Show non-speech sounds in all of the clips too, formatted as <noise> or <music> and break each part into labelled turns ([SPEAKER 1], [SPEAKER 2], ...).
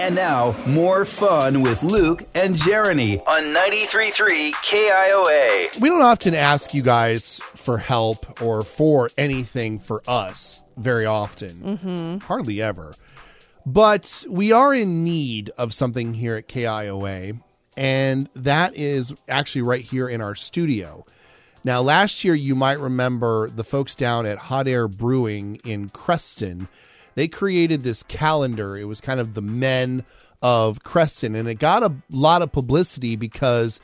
[SPEAKER 1] And now, more fun with Luke and Jeremy on 93.3 KIOA.
[SPEAKER 2] We don't often ask you guys for help or for anything for us very often, hardly ever. But we are in need of something here at KIOA, and that is actually right here in our studio. Now, last year, you might remember the folks down at Hot Air Brewing in Creston. They created this calendar. It was kind of the men of Creston, and it got a lot of publicity because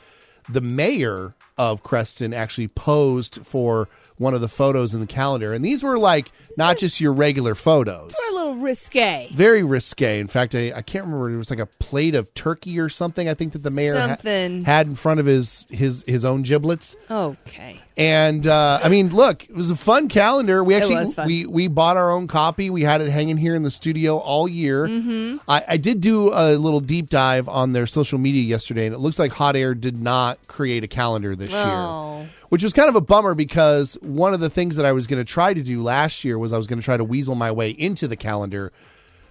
[SPEAKER 2] the mayor of Creston actually posed for one of the photos in the calendar. And these were like not just your regular photos
[SPEAKER 3] a little risque.
[SPEAKER 2] very risque. In fact, I, I can't remember. It was like a plate of turkey or something. I think that the mayor ha-
[SPEAKER 3] Something.
[SPEAKER 2] had in front of his his his own giblets.
[SPEAKER 3] Okay.
[SPEAKER 2] And uh, I mean, look, it was a fun calendar. We actually
[SPEAKER 3] was fun.
[SPEAKER 2] we we bought our own copy. We had it hanging here in the studio all year. Mm-hmm. I, I did do a little deep dive on their social media yesterday, and it looks like Hot Air did not create a calendar this
[SPEAKER 3] Oh.
[SPEAKER 2] year, which was kind of a bummer because one of the things that I was going to try to do last year was I was going to try to weasel my way into the calendar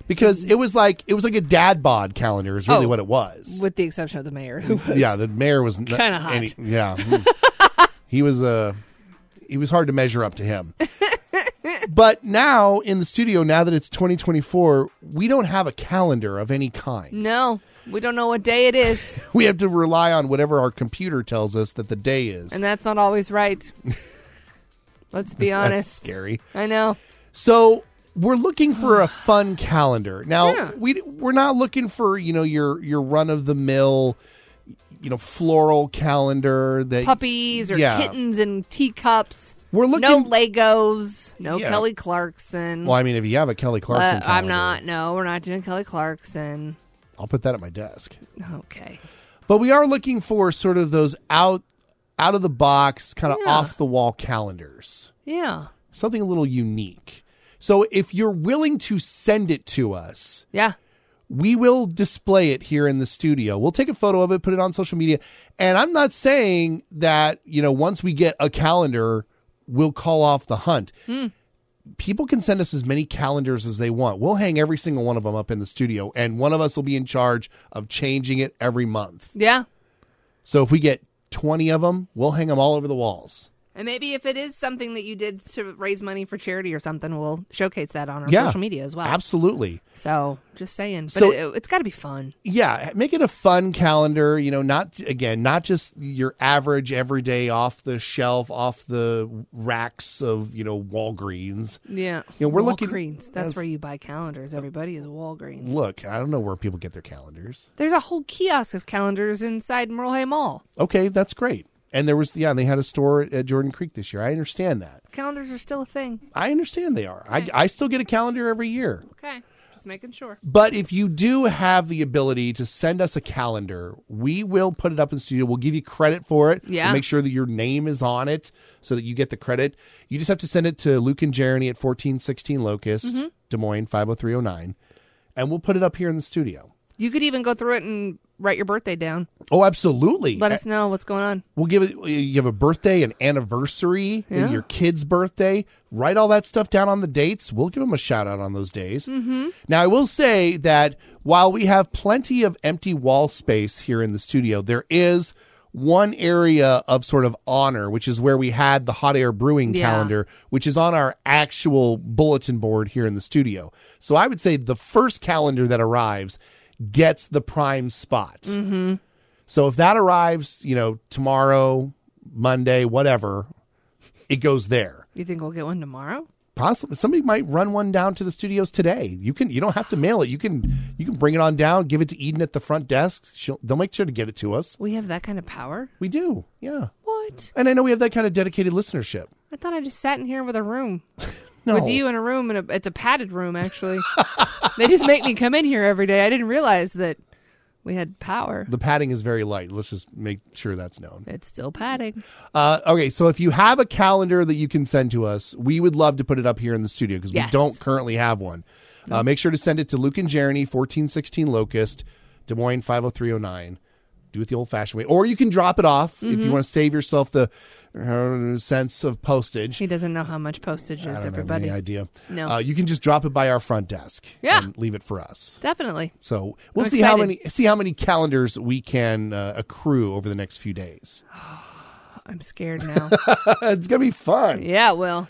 [SPEAKER 2] because it was like it was like a dad bod calendar is really
[SPEAKER 3] Oh.
[SPEAKER 2] what it was.
[SPEAKER 3] With the exception of the mayor, who was
[SPEAKER 2] Yeah, the mayor was n-
[SPEAKER 3] Kinda hot.
[SPEAKER 2] any- yeah, Hmm.
[SPEAKER 3] <laughs>
[SPEAKER 2] he was Uh, he was hard to measure up to him. but now in the studio, now that it's 2024, we don't have a calendar of any kind.
[SPEAKER 3] no, we don't know what day it is,
[SPEAKER 2] We have to rely on whatever our computer tells us that the day is.
[SPEAKER 3] and that's not always right. Let's be
[SPEAKER 2] <laughs> That's
[SPEAKER 3] honest.
[SPEAKER 2] scary.
[SPEAKER 3] I know.
[SPEAKER 2] So we're looking for a fun calendar. Now
[SPEAKER 3] Yeah.
[SPEAKER 2] we we're not looking for you know your your run of the mill, you know floral calendar that
[SPEAKER 3] Puppies or
[SPEAKER 2] Yeah.
[SPEAKER 3] kittens and teacups.
[SPEAKER 2] We're
[SPEAKER 3] no
[SPEAKER 2] looking-
[SPEAKER 3] Legos. No
[SPEAKER 2] Yeah.
[SPEAKER 3] Kelly Clarkson.
[SPEAKER 2] Well, I mean, if you have a Kelly
[SPEAKER 3] Uh,
[SPEAKER 2] Clarkson,
[SPEAKER 3] I'm
[SPEAKER 2] calendar,
[SPEAKER 3] not. No, we're not doing Kelly Clarkson.
[SPEAKER 2] I'll put that at my desk.
[SPEAKER 3] Okay.
[SPEAKER 2] But we are looking for sort of those out out of the box, kind of
[SPEAKER 3] Yeah.
[SPEAKER 2] off the wall calendars.
[SPEAKER 3] Yeah.
[SPEAKER 2] Something a little unique. So if you're willing to send it to us,
[SPEAKER 3] Yeah.
[SPEAKER 2] we will display it here in the studio. We'll take a photo of it, put it on social media. And I'm not saying that, you know, once we get a calendar, we'll call off the hunt. People can send us as many calendars as they want. We'll hang every single one of them up in the studio, and one of us will be in charge of changing it every month.
[SPEAKER 3] Yeah.
[SPEAKER 2] So if we get 20 of them, we'll hang them all over the walls.
[SPEAKER 3] And maybe if it is something that you did to raise money for charity or something, we'll showcase that on our
[SPEAKER 2] Yeah.
[SPEAKER 3] social media as well.
[SPEAKER 2] Absolutely.
[SPEAKER 3] So just saying, but
[SPEAKER 2] So-
[SPEAKER 3] it, it's got to be fun.
[SPEAKER 2] yeah make it a fun calendar you know not again not just your average everyday off the shelf off the racks of you know walgreens
[SPEAKER 3] Yeah,
[SPEAKER 2] Yeah, we're looking-
[SPEAKER 3] Walgreens. That's,
[SPEAKER 2] that's-
[SPEAKER 3] where you buy calendars. Everybody is Walgreens.
[SPEAKER 2] look i don't know where people get their calendars
[SPEAKER 3] There's a whole kiosk of calendars inside Merle Hay Mall.
[SPEAKER 2] okay that's great and there was yeah they had a store at jordan creek this year i understand that
[SPEAKER 3] Calendars are still a thing.
[SPEAKER 2] i understand they are I, I still get a calendar every year
[SPEAKER 3] Okay, just making sure.
[SPEAKER 2] But if you do have the ability to send us a calendar, we will put it up in the studio. We'll give you credit for it.
[SPEAKER 3] Yeah.
[SPEAKER 2] We'll make sure that your name is on it so that you get the credit. You just have to send it to Luke and Jeremy at 1416 Locust,
[SPEAKER 3] Mm-hmm.
[SPEAKER 2] Des Moines 50309, and we'll put it up here in the studio.
[SPEAKER 3] You could even go through it and write your birthday down.
[SPEAKER 2] Oh, absolutely.
[SPEAKER 3] Let us know what's going on.
[SPEAKER 2] We'll give it. You have a birthday, an anniversary, maybe
[SPEAKER 3] Yeah.
[SPEAKER 2] your kid's birthday. Write all that stuff down on the dates. We'll give them a shout out on those days. Mm-hmm. Now, I will say that while we have plenty of empty wall space here in the studio, there is one area of sort of honor, which is where we had the hot air brewing
[SPEAKER 3] Yeah.
[SPEAKER 2] calendar, which is on our actual bulletin board here in the studio. So I would say the first calendar that arrives gets the prime spot.
[SPEAKER 3] Mm-hmm.
[SPEAKER 2] So if that arrives, you know, tomorrow, Monday, whatever, it goes there.
[SPEAKER 3] You think we'll get one tomorrow?
[SPEAKER 2] Possibly somebody might run one down to the studios today. You can you don't have to mail it. You can you can bring it on down, give it to Eden at the front desk. She'll they'll make sure to get it to us.
[SPEAKER 3] We have that kind of power.
[SPEAKER 2] We do. Yeah.
[SPEAKER 3] What?
[SPEAKER 2] And I know we have that kind of dedicated listenership.
[SPEAKER 3] I thought I just sat in here with a room
[SPEAKER 2] No.
[SPEAKER 3] with you in a room, and it's a padded room actually. <laughs> they just make me come in here every day. I didn't realize that we had power.
[SPEAKER 2] the padding is very light. Let's just make sure that's known.
[SPEAKER 3] It's still padding.
[SPEAKER 2] Uh, okay, so if you have a calendar that you can send to us, we would love to put it up here in the studio because we
[SPEAKER 3] Yes.
[SPEAKER 2] don't currently have one. oh Uh, make sure to send it to Luke and Jeremy, 1416 Locust, Des Moines 50309. do it the old fashioned way. Or you can drop it off if
[SPEAKER 3] Mm-hmm.
[SPEAKER 2] you want to save yourself the uh, sense of postage.
[SPEAKER 3] He doesn't know how much postage
[SPEAKER 2] I
[SPEAKER 3] is,
[SPEAKER 2] don't have
[SPEAKER 3] everybody.
[SPEAKER 2] any idea.
[SPEAKER 3] No.
[SPEAKER 2] Uh, you can just drop it by our front desk.
[SPEAKER 3] Yeah.
[SPEAKER 2] And leave it for us.
[SPEAKER 3] Definitely.
[SPEAKER 2] So we'll
[SPEAKER 3] I'm
[SPEAKER 2] see how
[SPEAKER 3] excited.
[SPEAKER 2] many see how many calendars we can uh, accrue over the next few days. <laughs>
[SPEAKER 3] I'm scared now. <laughs>
[SPEAKER 2] it's gonna be fun.
[SPEAKER 3] yeah, well,